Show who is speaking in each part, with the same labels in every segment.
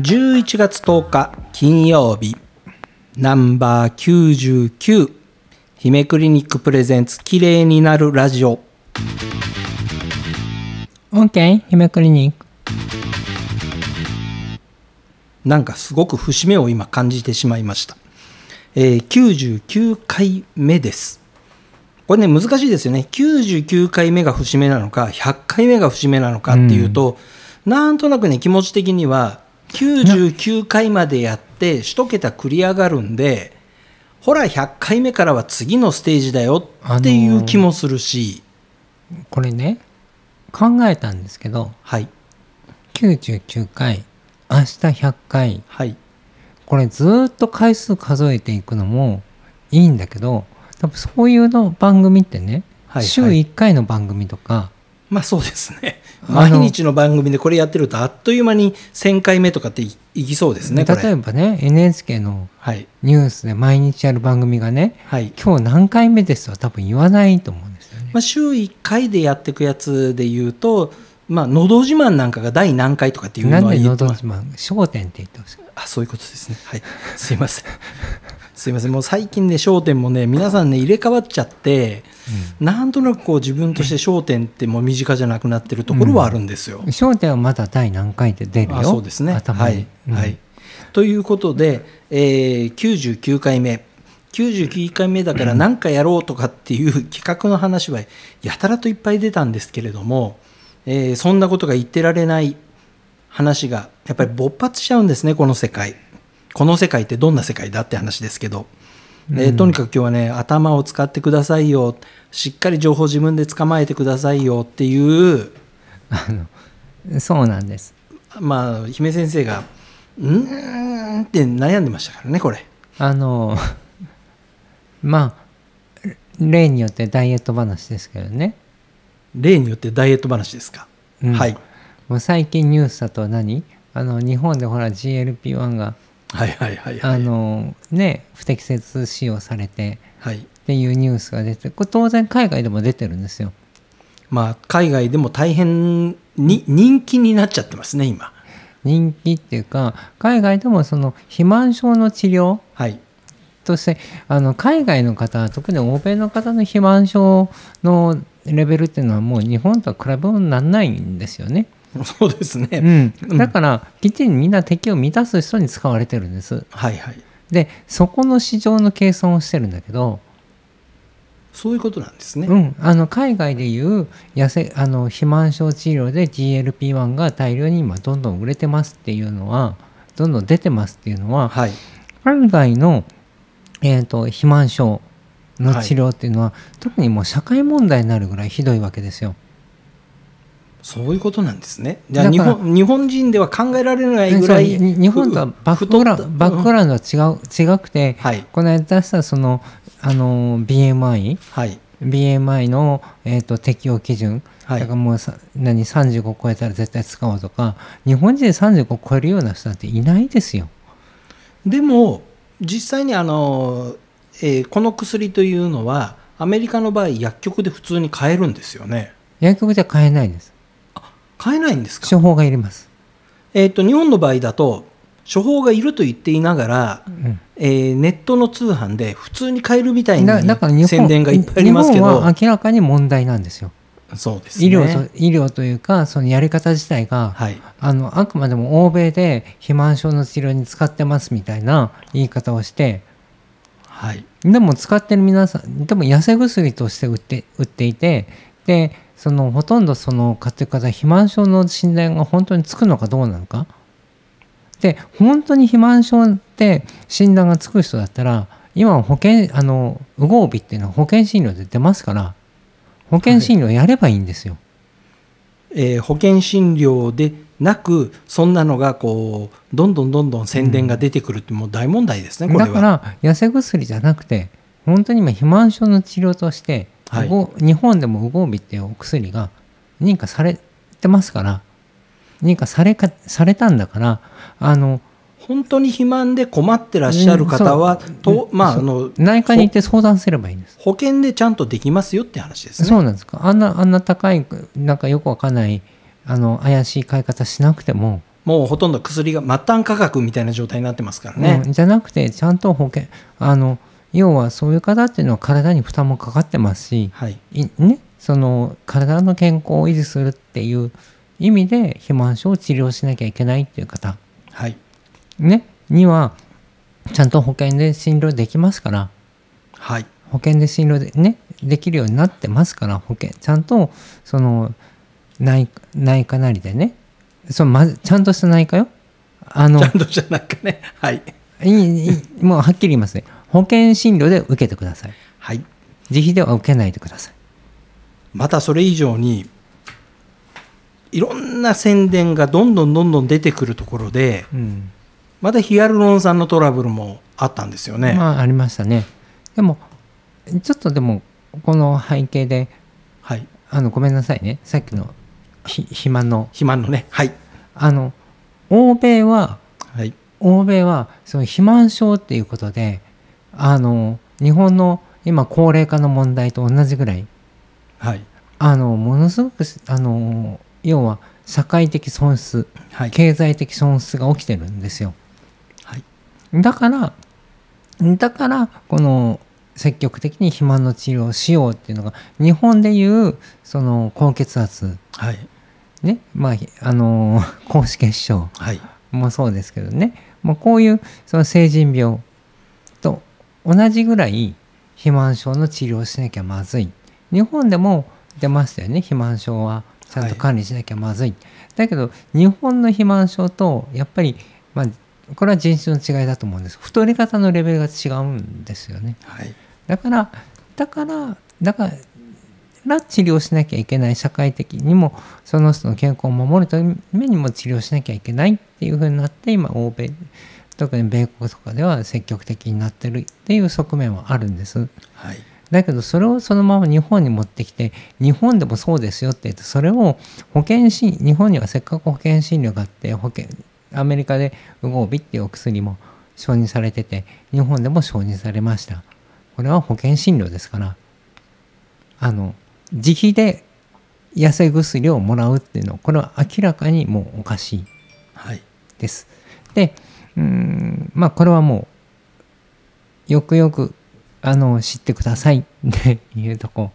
Speaker 1: 11月10日金曜日ナンバー99姫クリニックプレゼンツ綺麗になるラジオ
Speaker 2: OK 姫クリニック
Speaker 1: なんかすごく節目を今感じてしまいました、えー99回目ですこれね難しいですよね99回目が節目なのか100回目が節目なのかっていうと、なんとなくね気持ち的には99回までやって1桁繰り上がるんでほら100回目からは次のステージだよっていう気もするし、
Speaker 2: これね考えたんですけど
Speaker 1: はい
Speaker 2: 99回明日100回
Speaker 1: はい
Speaker 2: これずーっと回数数えていくのもいいんだけど多分そういうの番組ってね、
Speaker 1: はい
Speaker 2: 週
Speaker 1: はい
Speaker 2: 1回の番組とか
Speaker 1: まあそうですね。
Speaker 2: あの
Speaker 1: 毎日の番組でこれやってるとあっという間に1000回目とかっていいきそうですね、これ。
Speaker 2: 例えばね NHK の
Speaker 1: はい。
Speaker 2: ニュースで毎日やる番組がね
Speaker 1: はい。
Speaker 2: 今日何回目ですは多分言わないと思うんですよね。
Speaker 1: まあ週1回でやっていくやつで言うと、まあ、のど自慢なんかが第何回とかっていうの
Speaker 2: なん
Speaker 1: は
Speaker 2: で「
Speaker 1: 言
Speaker 2: の
Speaker 1: って
Speaker 2: ど
Speaker 1: ます
Speaker 2: 自慢」「焦点」って言ってほしい。
Speaker 1: あ、そういうことですね。はい。すいません。 すいません。もう最近ね、焦点もね、皆さんね、入れ替わっちゃって、なんとなくこう自分として焦点ってもう身近じゃなくなってるところはあるんですよ。
Speaker 2: 焦点はまだ第何回って出るよ。
Speaker 1: あそうですね。
Speaker 2: 頭
Speaker 1: は
Speaker 2: に
Speaker 1: い、
Speaker 2: うん
Speaker 1: はい。ということで、えー99回目。99回目だから何かやろうとかっていう 企画の話はやたらといっぱい出たんですけれども、えーそんなことが言ってられない話がやっぱり勃発しちゃうんですねこの世界この世界ってどんな世界だって話ですけど、えーとにかく今日はね頭を使ってくださいよしっかり情報自分で捕まえてくださいよっていう
Speaker 2: あのそうなんです。
Speaker 1: まあ、姫先生が、うーんって悩んでましたからね、これ。
Speaker 2: あの まあ例によってダイエット話ですけどね、
Speaker 1: 例によってダイエット話ですか。
Speaker 2: うん
Speaker 1: はい。
Speaker 2: もう最近ニュースだと何あの日本でほら GLP-1 が
Speaker 1: はいはいはいは
Speaker 2: あ
Speaker 1: い。
Speaker 2: の、ね、不適切使用されて
Speaker 1: はい、
Speaker 2: っていうニュースが出てこれ当然海外でも出てるんですよ。
Speaker 1: まあ、海外でも大変に人気になっちゃってますね、今。
Speaker 2: 人気っていうか海外でもその肥満症の治療
Speaker 1: はい。
Speaker 2: としてあの海外の方特に欧米の方の肥満症のレベルっていうのはもう日本とは比べ物にならないんですよね、
Speaker 1: そうですね。
Speaker 2: うん
Speaker 1: うん、
Speaker 2: だからきっちりみんな敵を満たす人に使われてるんです
Speaker 1: はいはい。
Speaker 2: でそこの市場の計算をしてるんだけど、
Speaker 1: そういうことなんですね。
Speaker 2: うん、あの海外でいう痩せあの肥満症治療で GLP-1 が大量に今どんどん売れてますっていうのはどんどん出てますっていうのは、
Speaker 1: はい。
Speaker 2: 海外の、えー、と肥満症の治療っていうのは、特にもう社会問題になるぐらいひどいわけですよ。
Speaker 1: そういうことなんですね。じゃあ
Speaker 2: だ
Speaker 1: 日
Speaker 2: から
Speaker 1: 本、日本人では考えられないぐらい。
Speaker 2: そうに日本とはバックグラウンド
Speaker 1: 太っ
Speaker 2: バックグラウンドは違う違くて、
Speaker 1: はい。
Speaker 2: この間出したそのあの BMI。
Speaker 1: はい。
Speaker 2: BMI の、えー、と適用基準、
Speaker 1: はい
Speaker 2: だからもうさ何35超えたら絶対使おうとか日本人35超えるような人なんていないですよ。
Speaker 1: でも実際にあの、えーこの薬というのはアメリカの場合薬局で普通に買えるんですよね
Speaker 2: 薬局じゃ買えないです。
Speaker 1: 買えないんですか、
Speaker 2: 処方がいります。
Speaker 1: えー、と日本の場合だと処方がいると言っていながら、
Speaker 2: うん
Speaker 1: えーネットの通販で普通に買えるみたいに
Speaker 2: だだから日本
Speaker 1: 宣伝がいっぱいありますけ
Speaker 2: 日
Speaker 1: ど
Speaker 2: 本は明らかに問題なんですよ。
Speaker 1: そうですね
Speaker 2: 医療と,、医療というかそのやり方自体が、
Speaker 1: はい
Speaker 2: あのあくまでも欧米で肥満症の治療に使ってますみたいな言い方をして
Speaker 1: はい
Speaker 2: でも使ってる皆さんでも痩せ薬として売って売っていてでそのほとんどその買ってる方肥満症の診断が本当につくのかどうなのかで本当に肥満症って診断がつく人だったら今は保険あのウゴービっていうのは保険診療で出ますから保険診療やればいいんですよ。
Speaker 1: えー保険診療でなくそんなのがこうどんどんどんどん宣伝が出てくるってもう大問題ですね、こ
Speaker 2: だ
Speaker 1: れは
Speaker 2: から痩せ薬じゃなくて本当に今肥満症の治療として、
Speaker 1: はいう
Speaker 2: ご日本でもウゴービっていうお薬が認可されてますから認可されかされたんだからあの
Speaker 1: 本当に肥満で困ってらっしゃる方は、とまああ
Speaker 2: そう
Speaker 1: の
Speaker 2: 内科に行って相談すればいいんです。
Speaker 1: ほ保険でちゃんとできますよって話ですね。
Speaker 2: そうなんですかあんなあんな高いなんかよくわかんないあの怪しい買い方しなくても
Speaker 1: もうほとんど薬が末端価格みたいな状態になってますからね。
Speaker 2: うん、じゃなくてちゃんと保険あの要はそういう方っていうのは体に負担もかかってますし、
Speaker 1: はい、
Speaker 2: いね、その体の健康を維持するっていう意味で肥満症を治療しなきゃいけないっていう方、
Speaker 1: はい、
Speaker 2: ね、にはちゃんと保険で診療できますから
Speaker 1: はい、
Speaker 2: 保険で診療で,、ね、できるようになってますから保険ちゃんとその内内科なりでねそのまずちゃんとした内科よあの
Speaker 1: ちゃんとじゃなんかね、はい、
Speaker 2: いいいいもうはっきり言いますね保険診療で受けてください
Speaker 1: はい、
Speaker 2: 自費では受けないでください
Speaker 1: またそれ以上に、いろんな宣伝がどんどんどんどん出てくるところで、
Speaker 2: うん
Speaker 1: またヒアルロン酸のトラブルもあったんですよね。
Speaker 2: まあありましたねでもちょっとでもこの背景で
Speaker 1: はい、
Speaker 2: あのごめんなさいねさっきのひ肥満の
Speaker 1: 肥満のね、はい、
Speaker 2: あの欧米は
Speaker 1: はい、
Speaker 2: 欧米はその肥満症っていうことであの日本の今高齢化の問題と同じぐらい
Speaker 1: はい、
Speaker 2: あのものすごくあの要は社会的損失
Speaker 1: はい、
Speaker 2: 経済的損失が起きてるんですよ
Speaker 1: はい、
Speaker 2: だからだからこの積極的に肥満の治療をしようっていうのが日本でいうその高血圧
Speaker 1: はい、
Speaker 2: ねまあひあの高脂血症
Speaker 1: はい、
Speaker 2: もそうですけどね、まあ、こういうその成人病と同じぐらい肥満症の治療をしなきゃまずい日本でも出ましたよね肥満症はちゃんと管理しなきゃまずい、だけど日本の肥満症とやっぱり、まあ、これは人種の違いだと思うんです太り方のレベルが違うんですよね
Speaker 1: はい、
Speaker 2: だからだからだから治療しなきゃいけない社会的にもその人の健康を守るためにも治療しなきゃいけないっていう風になって今欧米特に米国とかでは積極的になってるっていう側面はあるんです。
Speaker 1: はい、
Speaker 2: だけどそれをそのまま日本に持ってきて日本でもそうですよって言ってそれを保険診日本にはせっかく保険診療があって保険アメリカでウゴービっていうお薬も承認されてて日本でも承認されましたこれは保険診療ですからあの自費で痩せ薬をもらうっていうのはこれは明らかにもうおかしい
Speaker 1: はい、
Speaker 2: です。でうーんまあこれはもうよくよくあの知ってくださいっていうとこ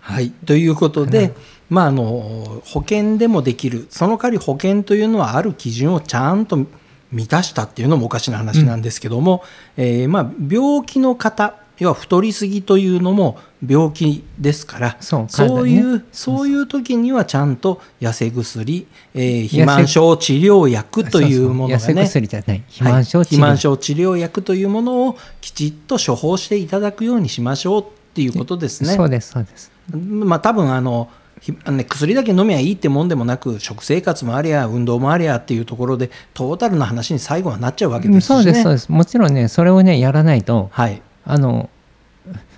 Speaker 1: はい、ということで、
Speaker 2: はい
Speaker 1: まあ、あの保険でもできるその代わり保険というのはある基準をちゃんと満たしたっていうのもおかしな話なんですけども、えーまあ、病気の方要は太りすぎというのも病気ですから
Speaker 2: そう
Speaker 1: そうい
Speaker 2: 体に
Speaker 1: う
Speaker 2: ね
Speaker 1: そういう時にはちゃんと痩せ薬、えー
Speaker 2: せ
Speaker 1: 肥満症治療薬というものがね
Speaker 2: そうそう痩せ薬じゃない肥
Speaker 1: はい
Speaker 2: 満症治療、
Speaker 1: 肥満症治療薬というものをきちっと処方していただくようにしましょうっていうことですね。
Speaker 2: そうですそうです
Speaker 1: まあ多分あのひあのね薬だけ飲みゃいいってもんでもなく食生活もありゃ運動もありゃっていうところでトータルな話に最後はなっちゃうわけ
Speaker 2: う
Speaker 1: で
Speaker 2: ん
Speaker 1: すし、ね、
Speaker 2: そうですそうですもちろんねそれをねやらないと
Speaker 1: はい
Speaker 2: あの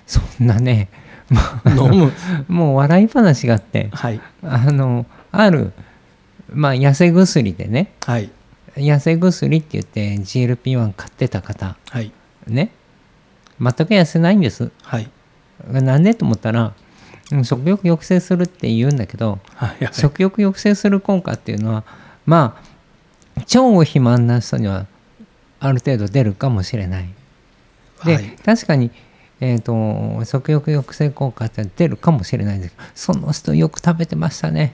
Speaker 2: そんなねもう
Speaker 1: 飲む
Speaker 2: もう笑い話があって
Speaker 1: はい
Speaker 2: あのあるまあ痩せ薬でね
Speaker 1: はい
Speaker 2: 痩せ薬って言って GLP-1 買ってた方
Speaker 1: はい
Speaker 2: ね全く痩せないんです
Speaker 1: はい
Speaker 2: なんでと思ったらうん食欲抑制するって言うんだけど
Speaker 1: はいはい
Speaker 2: 食欲抑制する効果っていうのはまあ超肥満な人にはある程度出るかもしれないで、
Speaker 1: はい
Speaker 2: 確かに、えー、と食欲抑制効果って出るかもしれないんですけどその人よく食べてましたね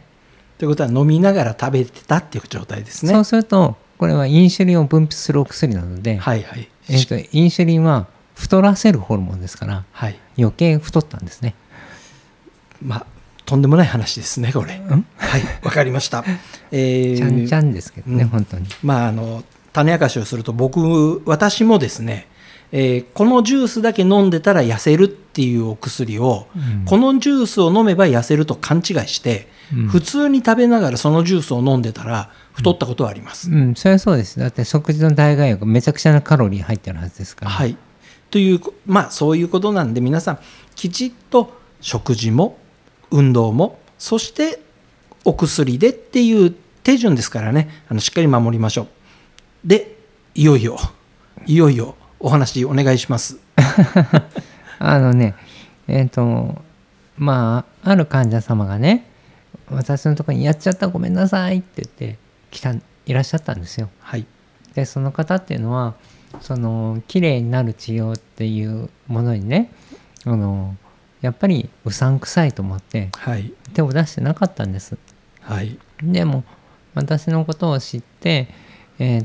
Speaker 1: ということは飲みながら食べてたっていう状態ですね
Speaker 2: そうするとこれはインシュリンを分泌するお薬なので、
Speaker 1: はいはい、
Speaker 2: えー、とインシュリンは太らせるホルモンですから
Speaker 1: はい
Speaker 2: 余計太ったんですね。
Speaker 1: まあとんでもない話ですねこれはいわかりました、えー
Speaker 2: ちゃんちゃんですけどね、
Speaker 1: うん
Speaker 2: 本当に。
Speaker 1: まあ、あの種明かしをすると僕私もですね、えーこのジュースだけ飲んでたら痩せるっていうお薬を、
Speaker 2: うん
Speaker 1: このジュースを飲めば痩せると勘違いして、
Speaker 2: うん
Speaker 1: 普通に食べながらそのジュースを飲んでたら太ったことはあります。
Speaker 2: うん、それはそうです。だって食事の代替がめちゃくちゃなカロリー入ってるはずですから。
Speaker 1: はい、というこまあそういうことなんで皆さんきちっと食事も運動もそしてお薬でっていう手順ですからねあのしっかり守りましょうでいよいよいよいよお話お願いします
Speaker 2: あのね、えっ、と、まあ、ある患者様がね、私のところにやっちゃったごめんなさいって言って来たんいらっしゃったんですよ。
Speaker 1: はい
Speaker 2: でその方っていうのはその綺麗になる治療っていうものにねあのやっぱりうさんくさいと思って
Speaker 1: はい
Speaker 2: 手を出してなかったんです。
Speaker 1: はい
Speaker 2: でも私のことを知って、えー、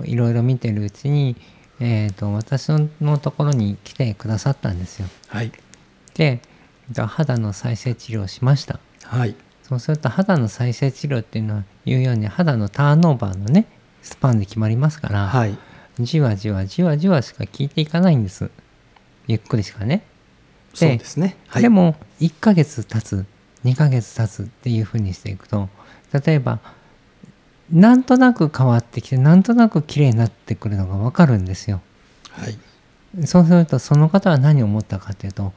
Speaker 2: といろいろ見てるうちに、えー、と私のところに来てくださったんですよ。
Speaker 1: はい
Speaker 2: でえっと肌の再生治療をしました。
Speaker 1: はい
Speaker 2: そうすると肌の再生治療っていうのは言うように肌のターンオーバーのねスパンで決まりますから、
Speaker 1: はい
Speaker 2: じわじわじわじわしか効いていかないんですゆっくりしかね、
Speaker 1: そうですねはい
Speaker 2: でも1ヶ月経つ2ヶ月経つっていうふうにしていくと例えばなんとなく変わってきてなんとなく綺麗になってくるのがわかるんですよ
Speaker 1: はい
Speaker 2: そうするとその方は何を思ったかというと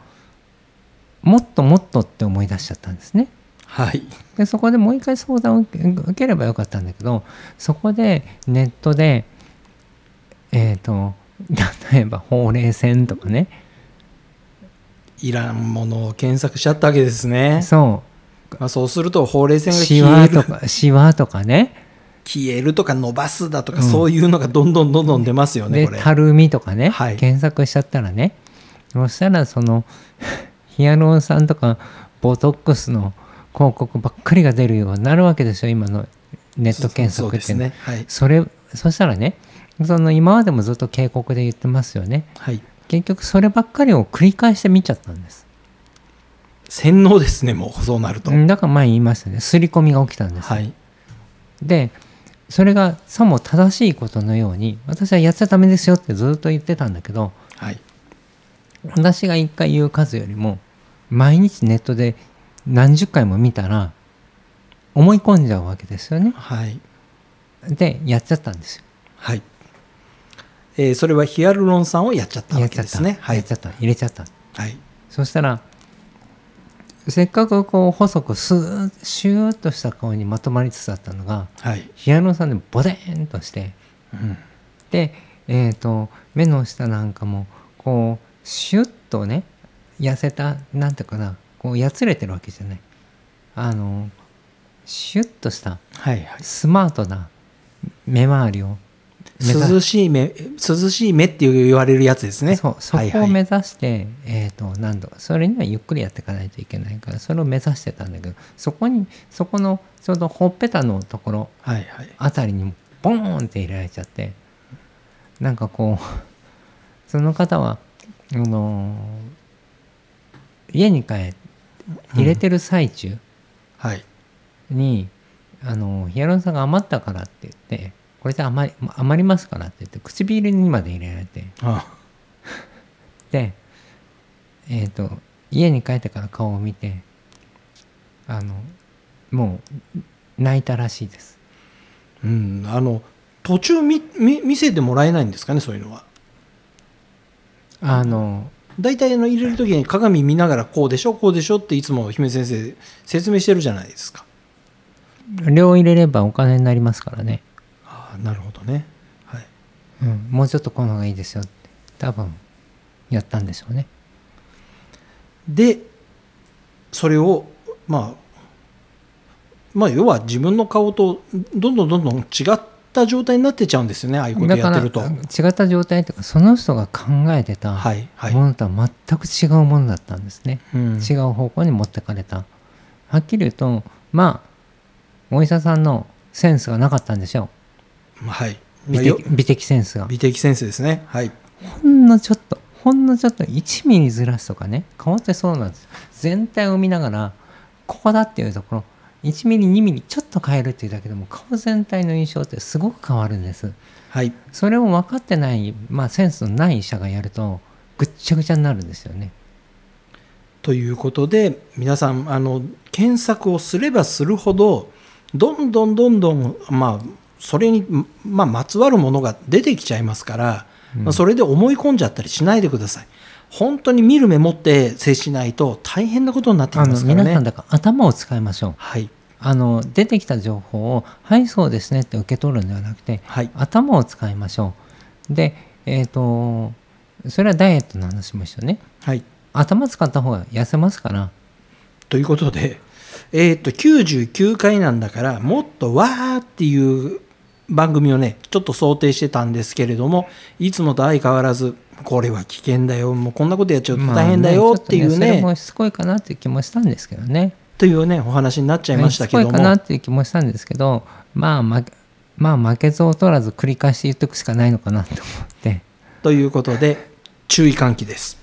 Speaker 2: もっともっとって思い出しちゃったんですね
Speaker 1: はい
Speaker 2: でそこでもう一回相談を受け受ければよかったんだけどそこでネットでえっ、と例えばほうれい線とかね
Speaker 1: いらんものを検索しちゃったわけですね、
Speaker 2: そ
Speaker 1: まあ、そうするとほうれいう線が
Speaker 2: シ
Speaker 1: 消え
Speaker 2: ワ
Speaker 1: る
Speaker 2: とかシワとかね
Speaker 1: 消えるとか伸ばすだとか、
Speaker 2: うん
Speaker 1: そういうのがどんどんどんどん出ますよね
Speaker 2: で
Speaker 1: これ
Speaker 2: たるみとかね、
Speaker 1: はい
Speaker 2: 検索しちゃったらねそしたらその ヒアルロン酸とかボトックスの広告ばっかりが出るようになるわけですよ今のネット検
Speaker 1: そう
Speaker 2: 索
Speaker 1: で
Speaker 2: ってい
Speaker 1: す
Speaker 2: うのは
Speaker 1: ねはい
Speaker 2: それそしたらねその今までもずっと警告で言ってますよね
Speaker 1: はい
Speaker 2: 結局そればっかりを繰り返して見ちゃったんです
Speaker 1: 洗脳ですねもうそうなると、
Speaker 2: うんだから前に言いましたね刷り込みが起きたんです、
Speaker 1: はい
Speaker 2: でそれがさも正しいことのように私はやっちゃダメですよってずっと言ってたんだけど
Speaker 1: はい
Speaker 2: 私が一回言う数よりも毎日ネットで何十回も見たら思い込んじゃうわけですよね
Speaker 1: はい
Speaker 2: でやっちゃったんですよ
Speaker 1: はい、えーそれはヒアルロン酸をやっちゃった
Speaker 2: や
Speaker 1: わ
Speaker 2: っち
Speaker 1: け
Speaker 2: ゃ
Speaker 1: で
Speaker 2: った
Speaker 1: すねは
Speaker 2: や
Speaker 1: い
Speaker 2: っちゃった入れちゃった
Speaker 1: はい
Speaker 2: そしたらせっかくこう細くスーッシューッとした顔にまとまりつつあったのが
Speaker 1: はい、
Speaker 2: ヒアルロン酸でボデーンとして
Speaker 1: うん
Speaker 2: で、えー、と目の下なんかもこうシュッとね痩せたなんていうかなこうやつれてるわけじゃないあのシュッとした
Speaker 1: はいはい
Speaker 2: スマートな目周りを目指
Speaker 1: 涼しい目涼しい目って言われるやつですね
Speaker 2: そうそ
Speaker 1: はい
Speaker 2: こ
Speaker 1: は
Speaker 2: を
Speaker 1: い
Speaker 2: 目指して、えー、と何度それにはゆっくりやっていかないといけないからそれを目指してたんだけどそこにそこのちょうどほっぺたのところ
Speaker 1: はいはい
Speaker 2: あたりにボーンって入れられちゃってなんかこう その方はあのー家に帰って入れてる最中
Speaker 1: はい
Speaker 2: に、あのーヒアルロン酸が余ったからって言ってこれで余り余りますからって言って唇にまで入れられて
Speaker 1: あ
Speaker 2: でえっ、と家に帰ってから顔を見てあのもう泣いたらしいです。
Speaker 1: うんあの途中見見見せてもらえないんですかねそういうのは
Speaker 2: あのー
Speaker 1: 大体あの入れる時に鏡見ながらこうでしょこうでしょっていつも姫先生説明してるじゃないですか
Speaker 2: 量入れればお金になりますからね、
Speaker 1: ああなるほどねはい
Speaker 2: うん、もうちょっとこの方がいいですよって多分やったんでしょうね
Speaker 1: でそれをまあまあ要は自分の顔とどんどんどんどん違った状態になってちゃうんですよねああいうこと
Speaker 2: だ
Speaker 1: や
Speaker 2: か
Speaker 1: って
Speaker 2: ら
Speaker 1: ると
Speaker 2: 違った状態というかその人が考えてたも
Speaker 1: はいはい、
Speaker 2: のとは全く違うものだったんですね、
Speaker 1: うん
Speaker 2: 違う方向に持ってかれたはっきり言うとまあお医者さんのセンスがなかったんでしょ
Speaker 1: はい、
Speaker 2: う美
Speaker 1: まあよ
Speaker 2: 的美的センスが
Speaker 1: 美的先生ですねはい
Speaker 2: ほんのちょっとほんのちょっと1ミリずらすとかね変わってそうなんです全体を見ながらここだっていうところ1ミリ2ミリちょっと変えるっていうだけでも顔全体の印象ってすごく変わるんです
Speaker 1: はい
Speaker 2: それを分かってない、まあ、センスのない医者がやるとぐっちゃぐちゃになるんですよね
Speaker 1: ということで皆さんあの検索をすればするほどどんどんどんどんまあそれに、まあ、まつわるものが出てきちゃいますから、
Speaker 2: うん
Speaker 1: まあそれで思い込んじゃったりしないでください本当に見る目持って接しないと大変なことになってき
Speaker 2: あ
Speaker 1: ま
Speaker 2: の
Speaker 1: すから
Speaker 2: 皆さん
Speaker 1: ね
Speaker 2: だから頭を使いましょう
Speaker 1: はい
Speaker 2: あの出てきた情報を「はいそうですね」って受け取るんではなくて
Speaker 1: はい
Speaker 2: 頭を使いましょうでえっ、とそれはダイエットの話も一緒ね
Speaker 1: はい
Speaker 2: 頭使った方が痩せますから
Speaker 1: ということでえーっと99回なんだからもっとわーっていう番組をねちょっと想定してたんですけれどもいつもと相変わらずこれは危険だよもうこんなことやっちゃうと大変だよっていう
Speaker 2: まあちょっとそれ
Speaker 1: ね,、
Speaker 2: もしつこいかなっていう気もしたんですけどね。
Speaker 1: というねお話になっちゃいましたけ
Speaker 2: し
Speaker 1: ど
Speaker 2: つこい
Speaker 1: も
Speaker 2: かなっていう気もしたんですけどまあ負けまあ負けず劣らず繰り返し言っとくしかないのかなと思って
Speaker 1: ということで注意喚起です。